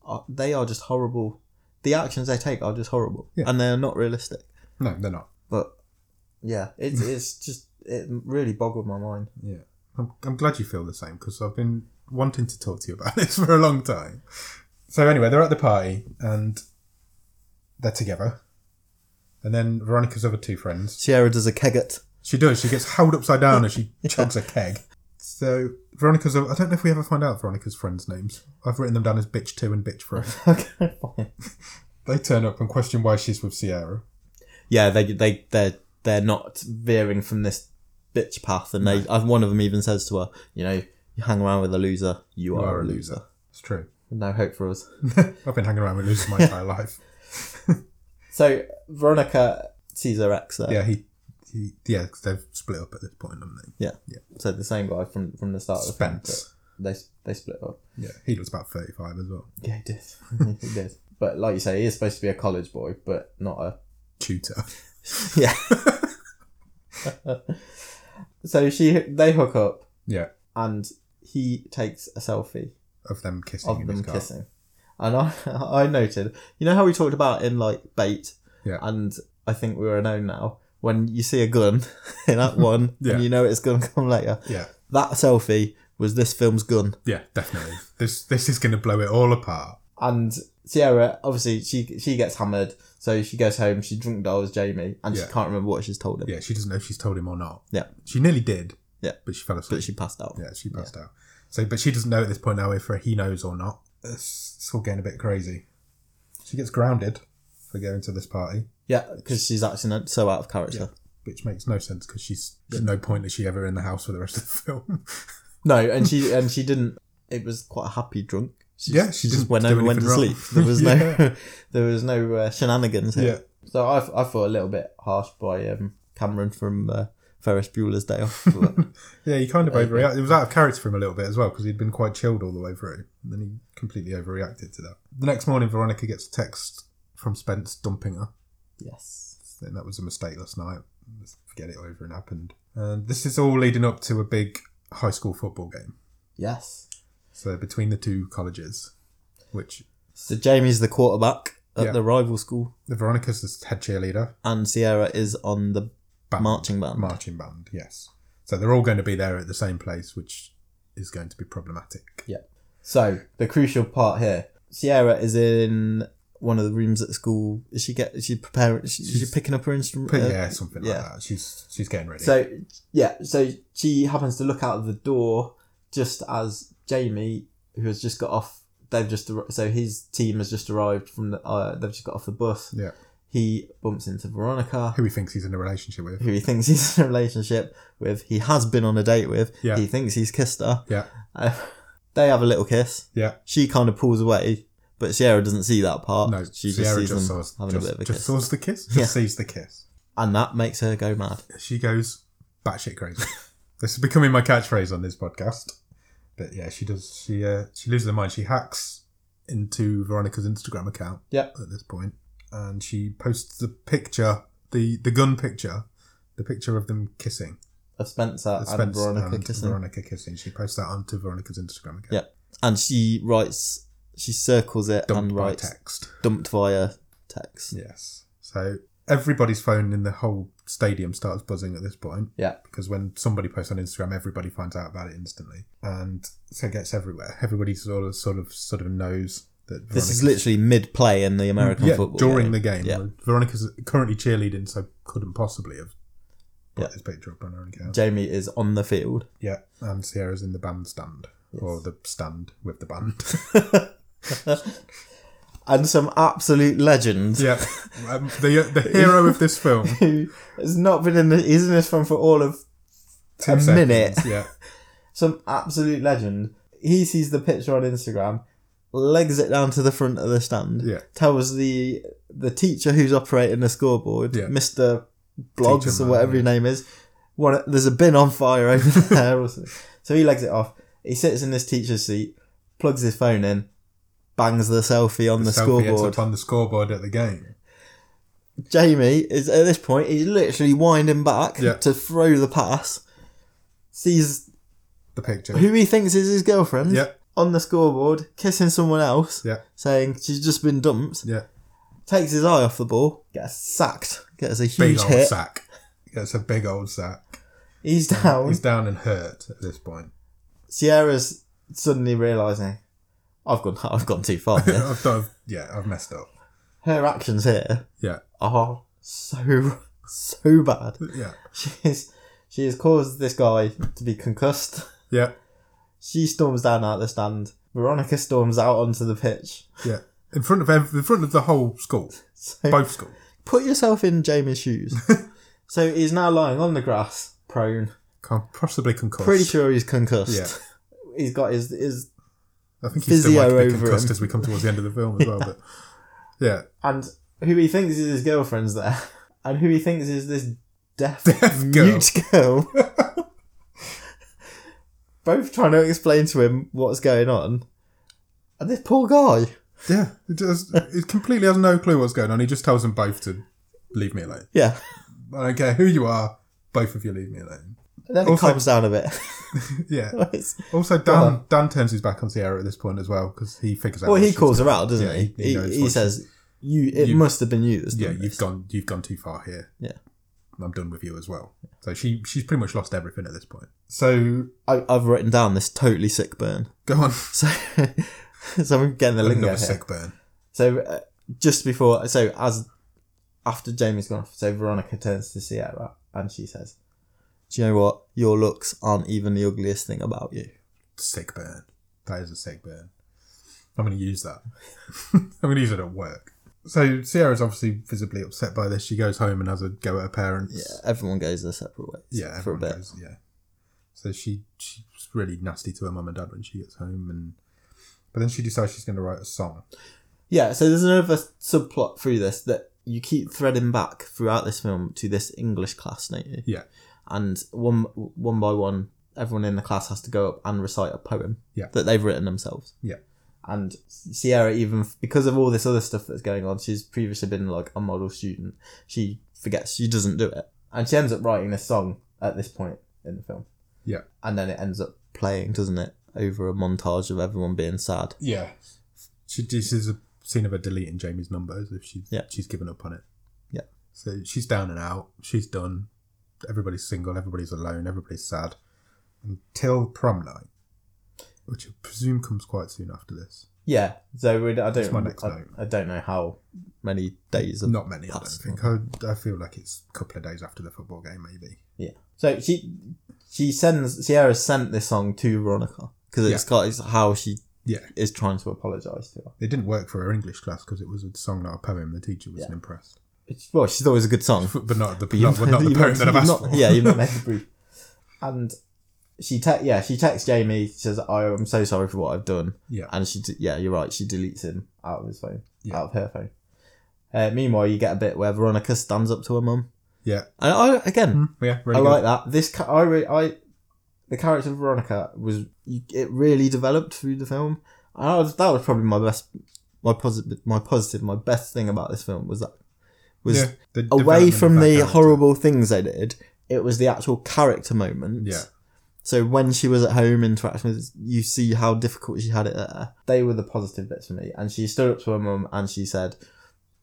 S1: Are, they are just horrible. The actions they take are just horrible,
S2: Yeah.
S1: and they are not realistic.
S2: No, they're not.
S1: But yeah, it's it's just it really boggled my mind.
S2: Yeah, I'm, I'm glad you feel the same because I've been wanting to talk to you about this for a long time. So anyway, they're at the party and they're together, and then Veronica's other two friends.
S1: Sierra does a Keggett.
S2: She does. She gets held upside down as she chugs a keg. So Veronica's. I don't know if we ever find out Veronica's friends' names. I've written them down as bitch two and bitch three.
S1: okay, fine.
S2: they turn up and question why she's with Sierra.
S1: Yeah, they they they they're not veering from this bitch path, and they I've one of them even says to her, you know, you hang around with a loser, you, are, a loser.
S2: It's true.
S1: No hope for us.
S2: I've been hanging around with losers my entire life.
S1: So Veronica sees her ex there.
S2: Yeah, he. he yeah, 'cause they've split up at this point, haven't they?
S1: So the same guy from from the start of the film,
S2: Spence.
S1: but They they split up.
S2: Yeah, he looks about 35 as well.
S1: Yeah, he did. he did. But like you say, he is supposed to be a college boy, but not a
S2: Tutor.
S1: yeah. so she they hook up
S2: Yeah,
S1: and he takes a selfie
S2: of them kissing
S1: of
S2: in
S1: them
S2: his car.
S1: kissing, and I I noted you know how we talked about in like bait
S2: Yeah.
S1: and I think we are known now when you see a gun in that one
S2: Yeah.
S1: and you know it's gonna come later
S2: Yeah,
S1: that selfie was this film's gun.
S2: yeah, definitely. this this is going to blow it all apart.
S1: And Sierra, obviously, she she gets hammered, so she goes home. She drunk dials Jamie, and
S2: Yeah.
S1: she can't remember what she's told him.
S2: Yeah, she doesn't know if she's told him or not.
S1: Yeah.
S2: She nearly did.
S1: Yeah.
S2: But she fell asleep.
S1: But she passed out.
S2: yeah, she passed out. So, but she doesn't know at this point now if he knows or not. It's, it's all getting a bit crazy. She gets grounded for going to this party,
S1: Yeah, because she's acting so out of character.
S2: which makes no sense because she's at no point is she ever in the house for the rest of the film.
S1: No, and she and she didn't. It was quite a happy drunk. She
S2: Yeah,
S1: just-
S2: she
S1: just
S2: didn't
S1: went
S2: do
S1: home and went to
S2: anything wrong.
S1: sleep. There was no
S2: Yeah.
S1: there was no uh, shenanigans here.
S2: yeah.
S1: So I, I thought a little bit harsh by um, Cameron from uh, Ferris Bueller's Day Off. but-
S2: Yeah, he kind of
S1: Okay.
S2: overreacted. It was out of character for him a little bit as well because he'd been quite chilled all the way through. And then he completely overreacted to that. The next morning, Veronica gets a text from Spence dumping her.
S1: yes.
S2: Saying that was a mistake last night. Let's forget it over and happened. And this is all leading up to a big high school football game.
S1: Yes.
S2: So between the two colleges, which
S1: So Jamie's the quarterback at
S2: Yeah.
S1: the rival school,
S2: Veronica's the head cheerleader,
S1: and Sierra is on the
S2: band,
S1: marching band.
S2: marching band, yes. So they're all going to be there at the same place, which is going to be problematic.
S1: So the crucial part here: Sierra is in one of the rooms at school. Is she get? Is she preparing? Is she, is she picking up her instrument?
S2: But
S1: uh,
S2: yeah, something
S1: yeah.
S2: like that. She's she's getting ready.
S1: So yeah, so she happens to look out of the door just as Jamie, who has just got off they've just ar- so his team has just arrived from the uh, they've just got off the bus.
S2: Yeah.
S1: He bumps into Veronica,
S2: Who he thinks he's in a relationship with.
S1: who he thinks he's in a relationship with. He has been on a date with.
S2: Yeah.
S1: He thinks he's kissed her.
S2: Yeah.
S1: Uh, they have a little kiss.
S2: Yeah.
S1: She kind of pulls away, but Sierra doesn't see that part.
S2: No,
S1: she just
S2: Sierra
S1: sees
S2: just,
S1: them
S2: saw,
S1: having
S2: just,
S1: a bit of a
S2: just
S1: kiss,
S2: saws the kiss. Just
S1: Yeah.
S2: sees the kiss.
S1: and that makes her go mad.
S2: She goes batshit crazy. this is becoming my catchphrase on this podcast. But yeah, she does. She uh, she loses her mind. She hacks into Veronica's Instagram account.
S1: Yeah.
S2: At this point, and she posts the picture, the the gun picture, the picture of them kissing.
S1: Of Spencer
S2: It's
S1: and
S2: Spence
S1: Veronica
S2: and
S1: kissing,
S2: Veronica kissing. She posts that onto Veronica's Instagram account.
S1: Yeah. and she writes, she circles it
S2: Dumped
S1: and
S2: by
S1: writes
S2: text.
S1: dumped via text.
S2: Yes. So everybody's phone in the whole stadium starts buzzing at this point.
S1: Yeah.
S2: Because when somebody posts on Instagram, everybody finds out about it instantly, and so it gets everywhere. Everybody sort of, sort of, sort of knows that.
S1: This is
S2: Veronica's-
S1: literally mid play in the American
S2: yeah,
S1: football
S2: during
S1: game.
S2: the game.
S1: Yeah.
S2: Veronica's currently cheerleading, so couldn't possibly have put
S1: Yeah.
S2: this picture up on her own account.
S1: Jamie is on the field.
S2: yeah, and Sierra's in the bandstand or the stand with the band.
S1: and some absolute legend
S2: yeah, um, the the hero of this film.
S1: who has not been in the, he's in this film for all of
S2: Two
S1: A minute.
S2: seconds, Yeah.
S1: some absolute legend. He sees the picture on Instagram, legs it down to the front of the stand,
S2: Yeah.
S1: tells the the teacher who's operating the scoreboard,
S2: Yeah.
S1: Mr. Blogs
S2: Teacher
S1: or
S2: man,
S1: whatever his name is, what, there's a bin on fire over there. Or something. So he legs it off. He sits in this teacher's seat, plugs his phone in, bangs the selfie on the,
S2: Selfie ends
S1: scoreboard.
S2: up on the scoreboard at the game.
S1: Jamie is at this point he's literally winding back
S2: Yeah.
S1: to throw the pass. Sees
S2: the picture.
S1: who he thinks is his girlfriend
S2: Yeah,
S1: on the scoreboard, kissing someone else,
S2: yeah,
S1: saying she's just been dumped.
S2: yeah.
S1: Takes his eye off the ball, gets sacked, gets a
S2: Big
S1: huge
S2: old
S1: hit.
S2: sack. That's a big old sack.
S1: He's down.
S2: He's down and hurt at this point.
S1: Sierra's suddenly realizing, I've gone, I've gone too far. here."
S2: I've done, yeah, I've messed up.
S1: Her actions here
S2: Yeah,
S1: are so so bad.
S2: yeah,
S1: She's she has caused this guy to be concussed.
S2: yeah,
S1: She storms down out the stand. Veronica storms out onto the pitch.
S2: yeah. In front of ev- in front of the whole school,
S1: So
S2: both school.
S1: put yourself in Jamie's shoes. so he's now lying on the grass, prone.
S2: Can't possibly concussed.
S1: Pretty sure he's concussed.
S2: Yeah.
S1: He's got his his
S2: I think he's still
S1: physio
S2: likely
S1: over
S2: concussed
S1: him.
S2: as we come towards the end of the film as well. But yeah,
S1: and who he thinks is his girlfriend's there, and who he thinks is this deaf,
S2: Deaf girl.
S1: mute girl. Both trying to explain to him what's going on, and this poor guy.
S2: yeah. It does. It completely has no clue what's going on. He just tells them both to leave me alone.
S1: Yeah,
S2: I don't care who you are. Both of you leave me alone.
S1: and then it
S2: Also-
S1: calms down a bit.
S2: Yeah.
S1: It's-
S2: Also,
S1: on.
S2: Dan Dan turns his back on Sierra at this point as well because he figures out.
S1: well,
S2: what
S1: he
S2: she's
S1: calls her out, doesn't
S2: Yeah,
S1: he?
S2: he- he
S1: He,
S2: knows
S1: he
S2: what she-
S1: says, "You, it
S2: You-
S1: must have been you." that's
S2: yeah,
S1: done
S2: you've
S1: this."
S2: gone you've gone too far here.
S1: Yeah.
S2: I'm done with you as well. So she she's pretty much lost everything at this point. So
S1: I, I've written down this totally sick burn.
S2: go on,
S1: So, so I'm getting the lingo
S2: another
S1: here.
S2: sick burn.
S1: So uh, just before, so as after Jamie's gone off, so Veronica turns to Sierra and she says, "Do you know what? Your looks aren't even the ugliest thing about you."
S2: Sick burn. That is a sick burn. I'm going to use that. I'm going to use it at work. So Sierra's obviously visibly upset by this. She goes home and has a go at her parents.
S1: Yeah, everyone goes their separate ways.
S2: yeah,
S1: for a
S2: everyone
S1: bit.
S2: Goes, yeah. So she she's really nasty to her mum and dad when she gets home, and but then she decides she's going to write a song.
S1: Yeah, so there's another subplot through this that you keep threading back throughout this film to this English class, don't you?
S2: Yeah.
S1: And one one by one, everyone in the class has to go up and recite a poem
S2: Yeah.
S1: that they've written themselves.
S2: Yeah.
S1: And Sierra, even because of all this other stuff that's going on, she's previously been like a model student. She forgets she doesn't do it, and she ends up writing this song at this point in the film.
S2: Yeah.
S1: And then it ends up playing, doesn't it, over a montage of everyone being sad.
S2: Yeah. She this is a scene of her deleting Jamie's numbers if she
S1: Yeah.
S2: she's given up on it.
S1: Yeah.
S2: So she's down and out. She's done. Everybody's single. Everybody's alone. Everybody's sad. Until prom night, which I presume comes quite soon after this.
S1: Yeah, so we, I
S2: That's
S1: don't.
S2: my next
S1: I,
S2: note.
S1: I don't know how many days. Of,
S2: Not many, I don't
S1: That's-
S2: think. I, I feel like it's a couple of days after the football game, maybe.
S1: Yeah. So she she sends Sierra sent this song to Veronica because it's got it's how she
S2: Yeah.
S1: is trying to apologise to her.
S2: It didn't work for her English class because it was a song, not a poem. The teacher wasn't
S1: Yeah.
S2: impressed.
S1: It's, well, she's always a good song.
S2: But not the,
S1: But
S2: not,
S1: you've-
S2: not the
S1: you've
S2: poem that I've asked
S1: you've
S2: for.
S1: not- Yeah, you've not made the brief. And she te- yeah, she texts Jamie, she says, I am so sorry for what I've done.
S2: Yeah.
S1: And she de- yeah, you're right, she deletes him out of his phone.
S2: Yeah.
S1: Out of her phone. Uh, meanwhile you get a bit where Veronica stands up to her mum.
S2: Yeah.
S1: And I again
S2: Mm, yeah, really
S1: I
S2: good.
S1: like that. This ca- I re- I the character of Veronica was it really developed through the film. And I was, that was probably my best my positive my positive my best thing about this film was that was
S2: Yeah, the
S1: away
S2: development
S1: from
S2: of that
S1: the
S2: character.
S1: horrible things they did, it was the actual character moments.
S2: Yeah.
S1: So when she was at home interacting with, you see how difficult she had it there. They were the positive bits for me. And she stood up to her mum and she said,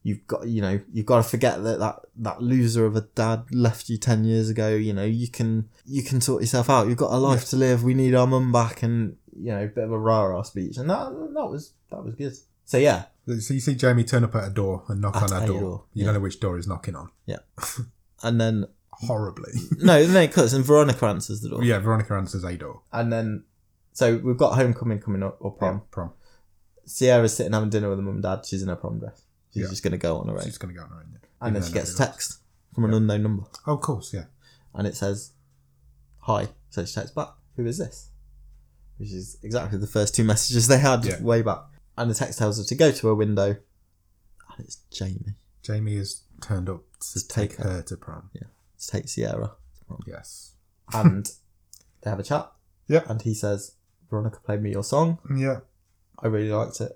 S1: "You've got, you know, you've got to forget that that that loser of a dad left you ten years ago. You know, you can you can sort yourself out. You've got a life to live. We need our mum back." And you know, bit of a rah rah speech, and that that was that was good. So yeah,
S2: So you see Jamie turn up at a door and knock
S1: At
S2: on
S1: a
S2: that door.
S1: door,
S2: You
S1: yeah.
S2: don't know which door he's knocking on.
S1: and then
S2: Horribly.
S1: no, then it cuts and Veronica answers the door.
S2: yeah, Veronica answers a door.
S1: And then, so we've got homecoming coming up or prom.
S2: Yeah, prom.
S1: Sierra's sitting having dinner with her mum and dad. She's in her prom dress. She's
S2: Yeah.
S1: just going to go on her own.
S2: She's going to go on her own. yeah.
S1: And then
S2: Even
S1: she
S2: though
S1: gets a
S2: nobody likes
S1: text from an unknown number.
S2: her. Oh, of course, yeah.
S1: And it says, Hi. So she texts back, Who is this? Which is exactly the first two messages they had
S2: Yeah.
S1: way back. And the text tells her to go to her window. And it's Jamie
S2: Jamie has turned up to
S1: To
S2: take
S1: take her.
S2: her to prom.
S1: to take Sierra.
S2: Yes.
S1: And they have a chat.
S2: Yeah.
S1: And he says, Veronica played me your song.
S2: Yeah.
S1: I really liked it.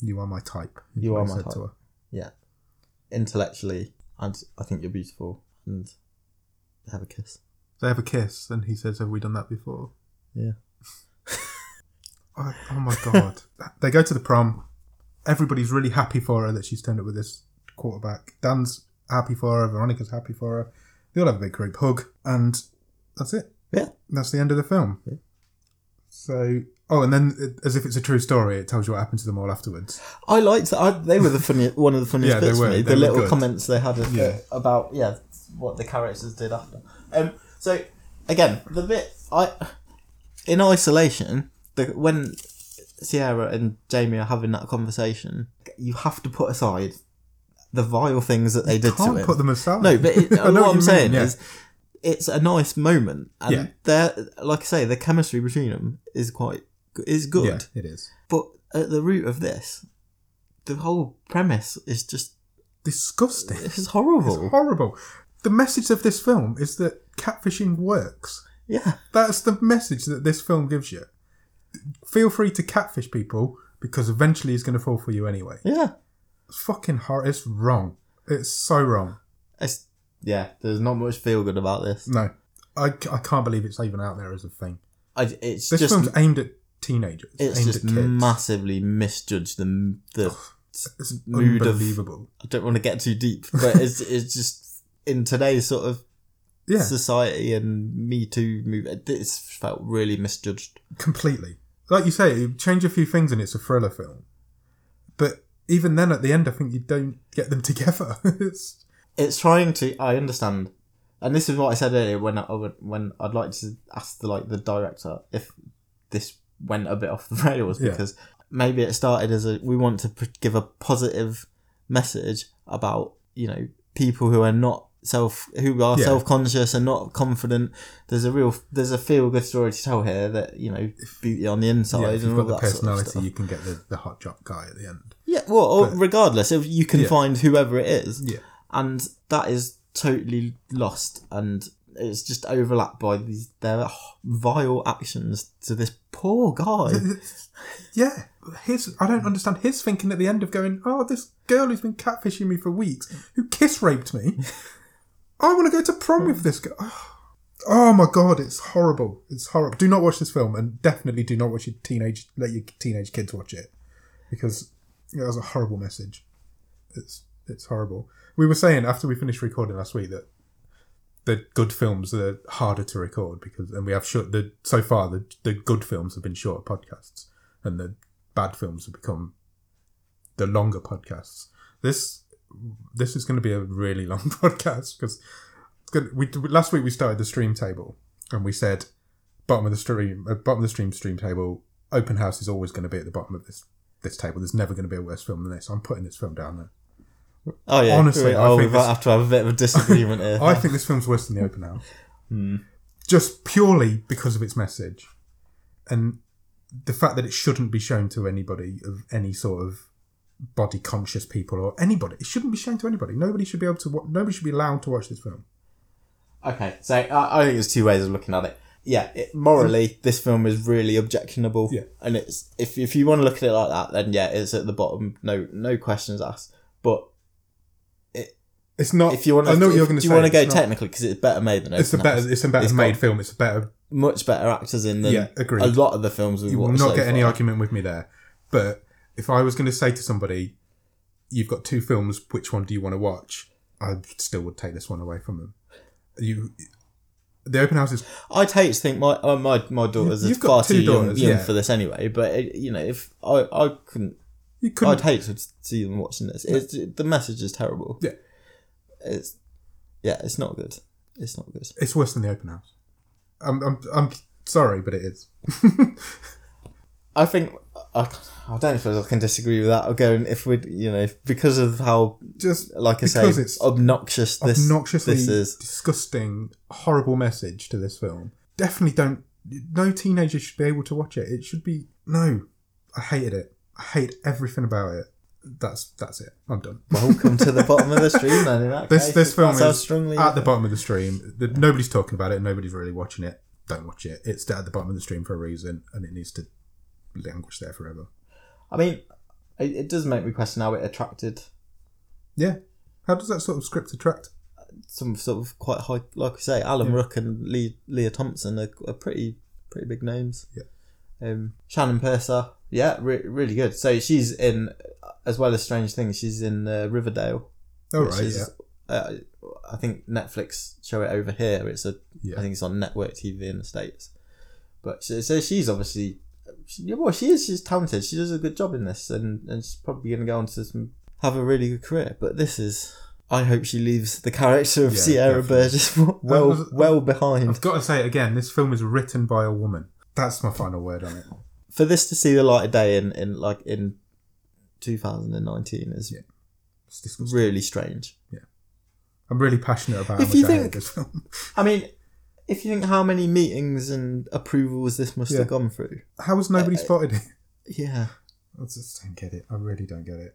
S2: You are my type. is
S1: You
S2: what
S1: are
S2: he
S1: my
S2: said to
S1: type.
S2: her.
S1: Intellectually, and I think you're beautiful. And they have a kiss.
S2: They have a kiss, and he says, "Have we done that before?"
S1: Yeah.
S2: oh, oh my god! they go to the prom. Everybody's really happy for her that she's turned up with this quarterback. Dan's happy for her. Veronica's happy for her. They all have a big group hug, and that's it.
S1: Yeah.
S2: that's the end of the film.
S1: Yeah.
S2: So, oh, and then it- as if it's a true story, it tells you what happened to them all afterwards.
S1: I liked that. I, they were the funniest, one of the funniest
S2: Yeah, they
S1: bits
S2: were.
S1: for me.
S2: They
S1: the
S2: were
S1: little
S2: good.
S1: comments they had of-
S2: Yeah.
S1: about yeah what the characters did after. Um, so again, the bit I in isolation, the when Sierra and Jamie are having that conversation, you have to put aside the vile things that they did to
S2: Can't
S1: him.
S2: put them aside.
S1: No, but it,
S2: I know what
S1: what,
S2: you
S1: I'm
S2: mean,
S1: saying
S2: yeah.
S1: is, it's a nice moment, and
S2: Yeah.
S1: they're like I say, the chemistry between them is quite is good.
S2: yeah, it is
S1: But at the root of this, the whole premise is just
S2: disgusting.
S1: this is horrible.
S2: It's horrible. The message of this film is that catfishing works.
S1: yeah,
S2: That's the message that this film gives you. Feel free to catfish people because eventually he's going to fall for you anyway.
S1: yeah.
S2: It's fucking hard. It's wrong. It's so wrong.
S1: It's yeah. There's not much feel good about this.
S2: No, I, I can't believe it's even out there as a thing.
S1: I, it's
S2: This
S1: just
S2: film's aimed at teenagers.
S1: it's
S2: aimed
S1: just
S2: at kids.
S1: massively misjudged the the.
S2: It's
S1: mood of-
S2: unbelievable.
S1: I don't want to get too deep, but it's it's just in today's sort of
S2: yeah,
S1: society and Me Too movement, it's felt really misjudged.
S2: completely. Like you say, you change a few things and it's a thriller film. But even then, at the end, I think you don't get them together. it's
S1: it's trying to i understand and this is what i said earlier when i would- when i'd like to ask the like the director if this went a bit off the rails
S2: Yeah.
S1: because maybe it started as a we want to pr- give a positive message about you know people who are not self who are
S2: Yeah.
S1: self-conscious and not confident there's a real there's a feel good story to tell here that you know beauty on the inside
S2: Yeah, if you've
S1: and all
S2: got the
S1: that sort
S2: personality,
S1: of stuff
S2: you can get the, the hot job guy at the end.
S1: yeah well or
S2: But-
S1: regardless if you can
S2: Yeah.
S1: find whoever it is
S2: Yeah.
S1: and that is totally lost and it's just overlapped by these their vile actions to this poor guy
S2: Yeah. His I don't understand his thinking at the end of going, Oh, this girl who's been catfishing me for weeks, who kiss raped me. I want to go to prom with this girl. Oh my god, it's horrible. It's horrible. Do not watch this film and definitely do not watch your teenage let your teenage kids watch it. Because it was a horrible message. It's it's horrible. We were saying after we finished recording last week that the good films are harder to record because and we have short the so far the the good films have been shorter podcasts and the bad films have become the longer podcasts. This this is going to be a really long podcast because it's gonna- we last week we started the stream table and we said bottom of the stream uh, bottom of the stream stream table open house is always going to be at the bottom of this this table. There's never going to be a worse film than this. I'm putting this film down there.
S1: Oh yeah,
S2: Honestly,
S1: we,
S2: I
S1: oh, we
S2: think
S1: might
S2: this-
S1: have to have a bit of a disagreement here.
S2: I think this film's worse than the open house,
S1: Hmm.
S2: just purely because of its message, and the fact that it shouldn't be shown to anybody of any sort of body conscious people or anybody. It shouldn't be shown to anybody. Nobody should be able to. Wa- nobody should be allowed to watch this film.
S1: Okay, so I, I think there's two ways of looking at it. Yeah, it, morally, this film is really objectionable.
S2: Yeah.
S1: and it's if if you want to look at it like that, then yeah, it's at the bottom. No, no questions asked. But
S2: It's not.
S1: if you want,
S2: I know what
S1: if,
S2: you're going to
S1: do
S2: say.
S1: you want to go
S2: it's not-
S1: technically because it's better made than
S2: It's a
S1: Open House.
S2: better. It's a better
S1: It's
S2: made
S1: got-
S2: film. It's a better.
S1: much better actors in than
S2: Yeah, agreed.
S1: a lot of the films we've
S2: You will
S1: watched.
S2: not
S1: so
S2: get any
S1: far.
S2: argument with me there. But if I was going to say to somebody, "You've got two films. Which one do you want to watch?" I still would take this one away from them. You, the open house is
S1: I tend to think my uh, my my daughters
S2: You've
S1: are
S2: got
S1: far
S2: two
S1: too young,
S2: daughters,
S1: young
S2: yeah.
S1: for this anyway. But it, you know, if I I couldn't,
S2: you couldn't.
S1: I'd hate to see them watching this. It's, the message is terrible.
S2: Yeah.
S1: it's yeah, it's not good. It's not good.
S2: It's worse than the open house. I'm I'm, I'm sorry, but it is.
S1: I think I, I don't know if I can disagree with that. I'll go and if we would you know if- because of how
S2: Just
S1: like I say
S2: Because it's
S1: obnoxious this
S2: obnoxiously
S1: this is.
S2: disgusting, horrible message to this film. Definitely don't. No teenager should be able to watch it. It should be no. I hated it. I hate everything about it. That's that's it. I'm done.
S1: Welcome to the bottom of the stream. Then in that
S2: This
S1: case,
S2: this film
S1: that's how
S2: is
S1: strongly
S2: at the bottom of the stream. The- Nobody's talking about it. Nobody's really watching it. Don't watch it. It's at the bottom of the stream for a reason, and it needs to languish there forever.
S1: I mean, it, it does make me question how it attracted
S2: Yeah. How does that sort of script attract?
S1: some sort of quite high, like I say, Alan Rook and Lee, Leah Thompson are, are pretty pretty big names.
S2: Yeah.
S1: Um, Shannon Purser, yeah, re- really good. So she's in, as well as Strange Things, she's in uh, Riverdale.
S2: Oh
S1: which
S2: right,
S1: is,
S2: yeah.
S1: Uh, I think Netflix show it over here. It's a, I
S2: Yeah.
S1: think it's on network TV in the states. But so, so she's obviously, she, yeah, well, she is. She's talented. She does a good job in this, and and she's probably going to go on to some, have a really good career. But this is. I hope she leaves the character of
S2: Yeah,
S1: Sierra
S2: definitely.
S1: Burgess well well behind.
S2: I've got to say it again. This film is written by a woman. That's my final word on it.
S1: For this to see the light of day in, in like in 2019 is
S2: Yeah. It's disgusting.
S1: really strange.
S2: I'm really passionate about how
S1: If
S2: much
S1: you
S2: I hate
S1: think-
S2: this film.
S1: I mean, if you think how many meetings and approvals this must
S2: Yeah.
S1: have gone through,
S2: How has nobody
S1: Uh,
S2: spotted it?
S1: yeah.
S2: I just don't get it. I really don't get it.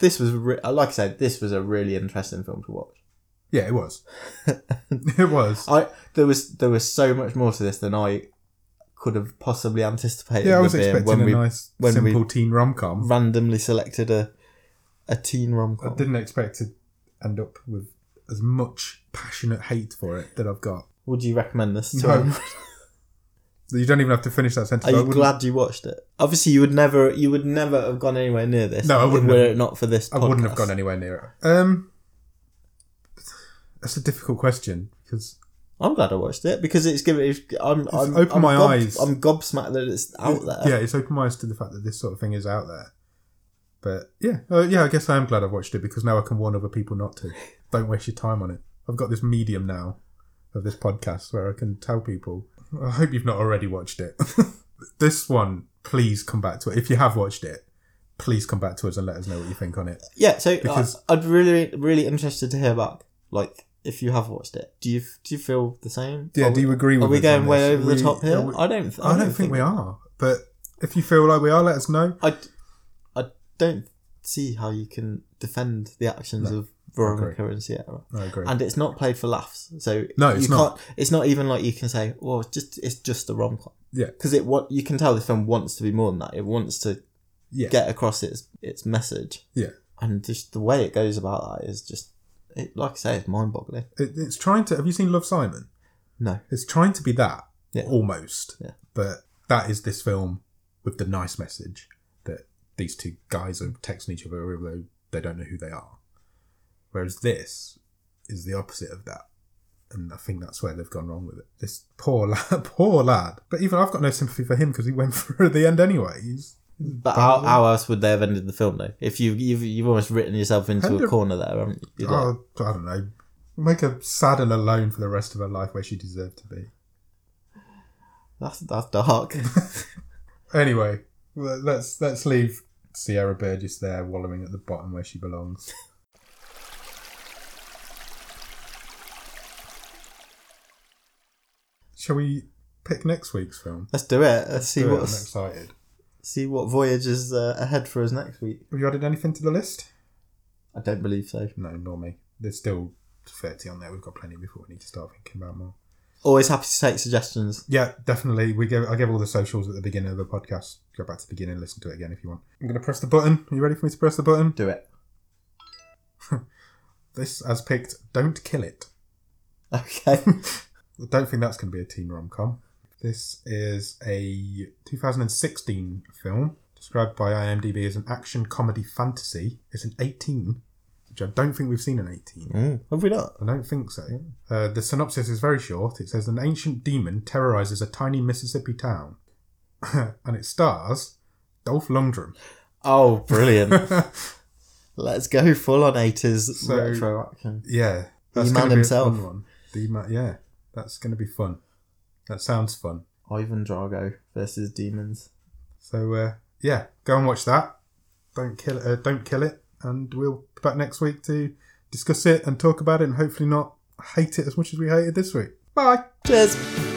S1: this was re- uh, like I said, this was a really interesting film to watch.
S2: Yeah, it was. it was.
S1: I there was there was so much more to this than I could have possibly anticipated.
S2: Yeah, I was
S1: there being
S2: expecting
S1: when
S2: a
S1: we
S2: nice,
S1: when we-
S2: simple teen rom com.
S1: randomly selected a a teen rom
S2: I
S1: com.
S2: didn't expect to end up with as much passionate hate for it that I've got.
S1: Would you recommend this? To
S2: No.
S1: anyone?
S2: You don't even have to finish that sentence.
S1: Are
S2: I
S1: you
S2: wouldn't-
S1: glad you watched it? Obviously, you would never you would never have gone anywhere near this.
S2: No, I wouldn't
S1: Were
S2: have.
S1: it not for this,
S2: I wouldn't have
S1: podcast.
S2: gone anywhere near it. Um, that's a difficult question because
S1: I'm glad I watched it because it's given. It's, I'm, I'm
S2: opened
S1: I'm
S2: my
S1: gob-
S2: eyes.
S1: I'm gobsmacked that it's out there.
S2: Yeah, it's open my eyes to the fact that this sort of thing is out there. But yeah, uh, yeah, I guess I am glad I've watched it because now I can warn other people not to. Don't waste your time on it. I've got this medium now of this podcast where I can tell people. I hope you've not already watched it. this one, please come back to it. If you have watched it, please come back to us and let us know what you think on it.
S1: Yeah, so
S2: Because-
S1: I, I'd really, really interested to hear back. Like, if you have watched it, do you do you feel the same?
S2: Yeah,
S1: Are
S2: do
S1: we-
S2: you agree with
S1: Are we
S2: us
S1: going
S2: on
S1: way
S2: this?
S1: over the
S2: We-
S1: top here?
S2: are we-
S1: I don't. th-
S2: I don't think we are, but if you feel like we are, let us know.
S1: I, I don't see how you can defend the actions of Veronica and Sierra.
S2: I agree.
S1: And it's not played for laughs, so
S2: No, it's
S1: you
S2: not.
S1: Can't, it's not even like you can say, "Well, it's just it's just a rom com."
S2: Yeah.
S1: because it what you can tell the film wants to be more than that. It wants to
S2: yeah,
S1: get across its its message.
S2: Yeah.
S1: and just the way it goes about that is just, it, like I say, it's mind boggling.
S2: it, it's trying to. Have you seen Love Simon?
S1: No.
S2: It's trying to be that
S1: Yeah.
S2: almost,
S1: Yeah.
S2: but that is this film with the nice message that these two guys are texting each other, although they don't know who they are. Whereas this is the opposite of that, and I think that's where they've gone wrong with it. This poor lad, poor lad. But even I've got no sympathy for him because he went through at the end anyway. He's
S1: But how, how else would they have ended the film though? If you you've, you've almost written yourself into
S2: Hundred-
S1: a corner there, haven't you? You're like,
S2: oh, I don't know. Make her sad and alone for the rest of her life where she deserved to be.
S1: That's that's dark.
S2: Anyway, le- let's let's leave Sierra Burgess there, wallowing at the bottom where she belongs. Shall we pick next week's film?
S1: Let's do it. Let's see
S2: Do it, I'm
S1: what's
S2: excited.
S1: see what voyage is uh, ahead for us next week.
S2: Have you added anything to the list?
S1: I don't believe so.
S2: No, nor me. There's still 30 on there. We've got plenty before we need to start thinking about more.
S1: Always happy to take suggestions.
S2: Yeah, definitely. We gave I gave all the socials at the beginning of the podcast. Go back to the beginning and listen to it again if you want. I'm going to press the button. Are you ready for me to press the button?
S1: Do it.
S2: This, as picked, Don't Kill It.
S1: Okay.
S2: I don't think that's going to be a teen rom com. This is a 2016 film described by IMDb as an action comedy fantasy. It's an 18, which I don't think we've seen an 18.
S1: Mm, Have we not?
S2: I don't think so. Uh, the synopsis is very short. It says an ancient demon terrorizes a tiny Mississippi town, and it stars Dolph Lundgren.
S1: Oh, brilliant. Let's go full on 80s
S2: So-
S1: retro action.
S2: yeah, gonna
S1: man
S2: be a
S1: himself.
S2: fun one. The man, yeah, that's going to be fun. That sounds fun.
S1: Ivan Drago versus demons.
S2: So uh, yeah, go and watch that. Don't kill it. Uh, don't kill it. And we'll be back next week to discuss it and talk about it, and hopefully not hate it as much as we hated this week. Bye.
S1: Cheers.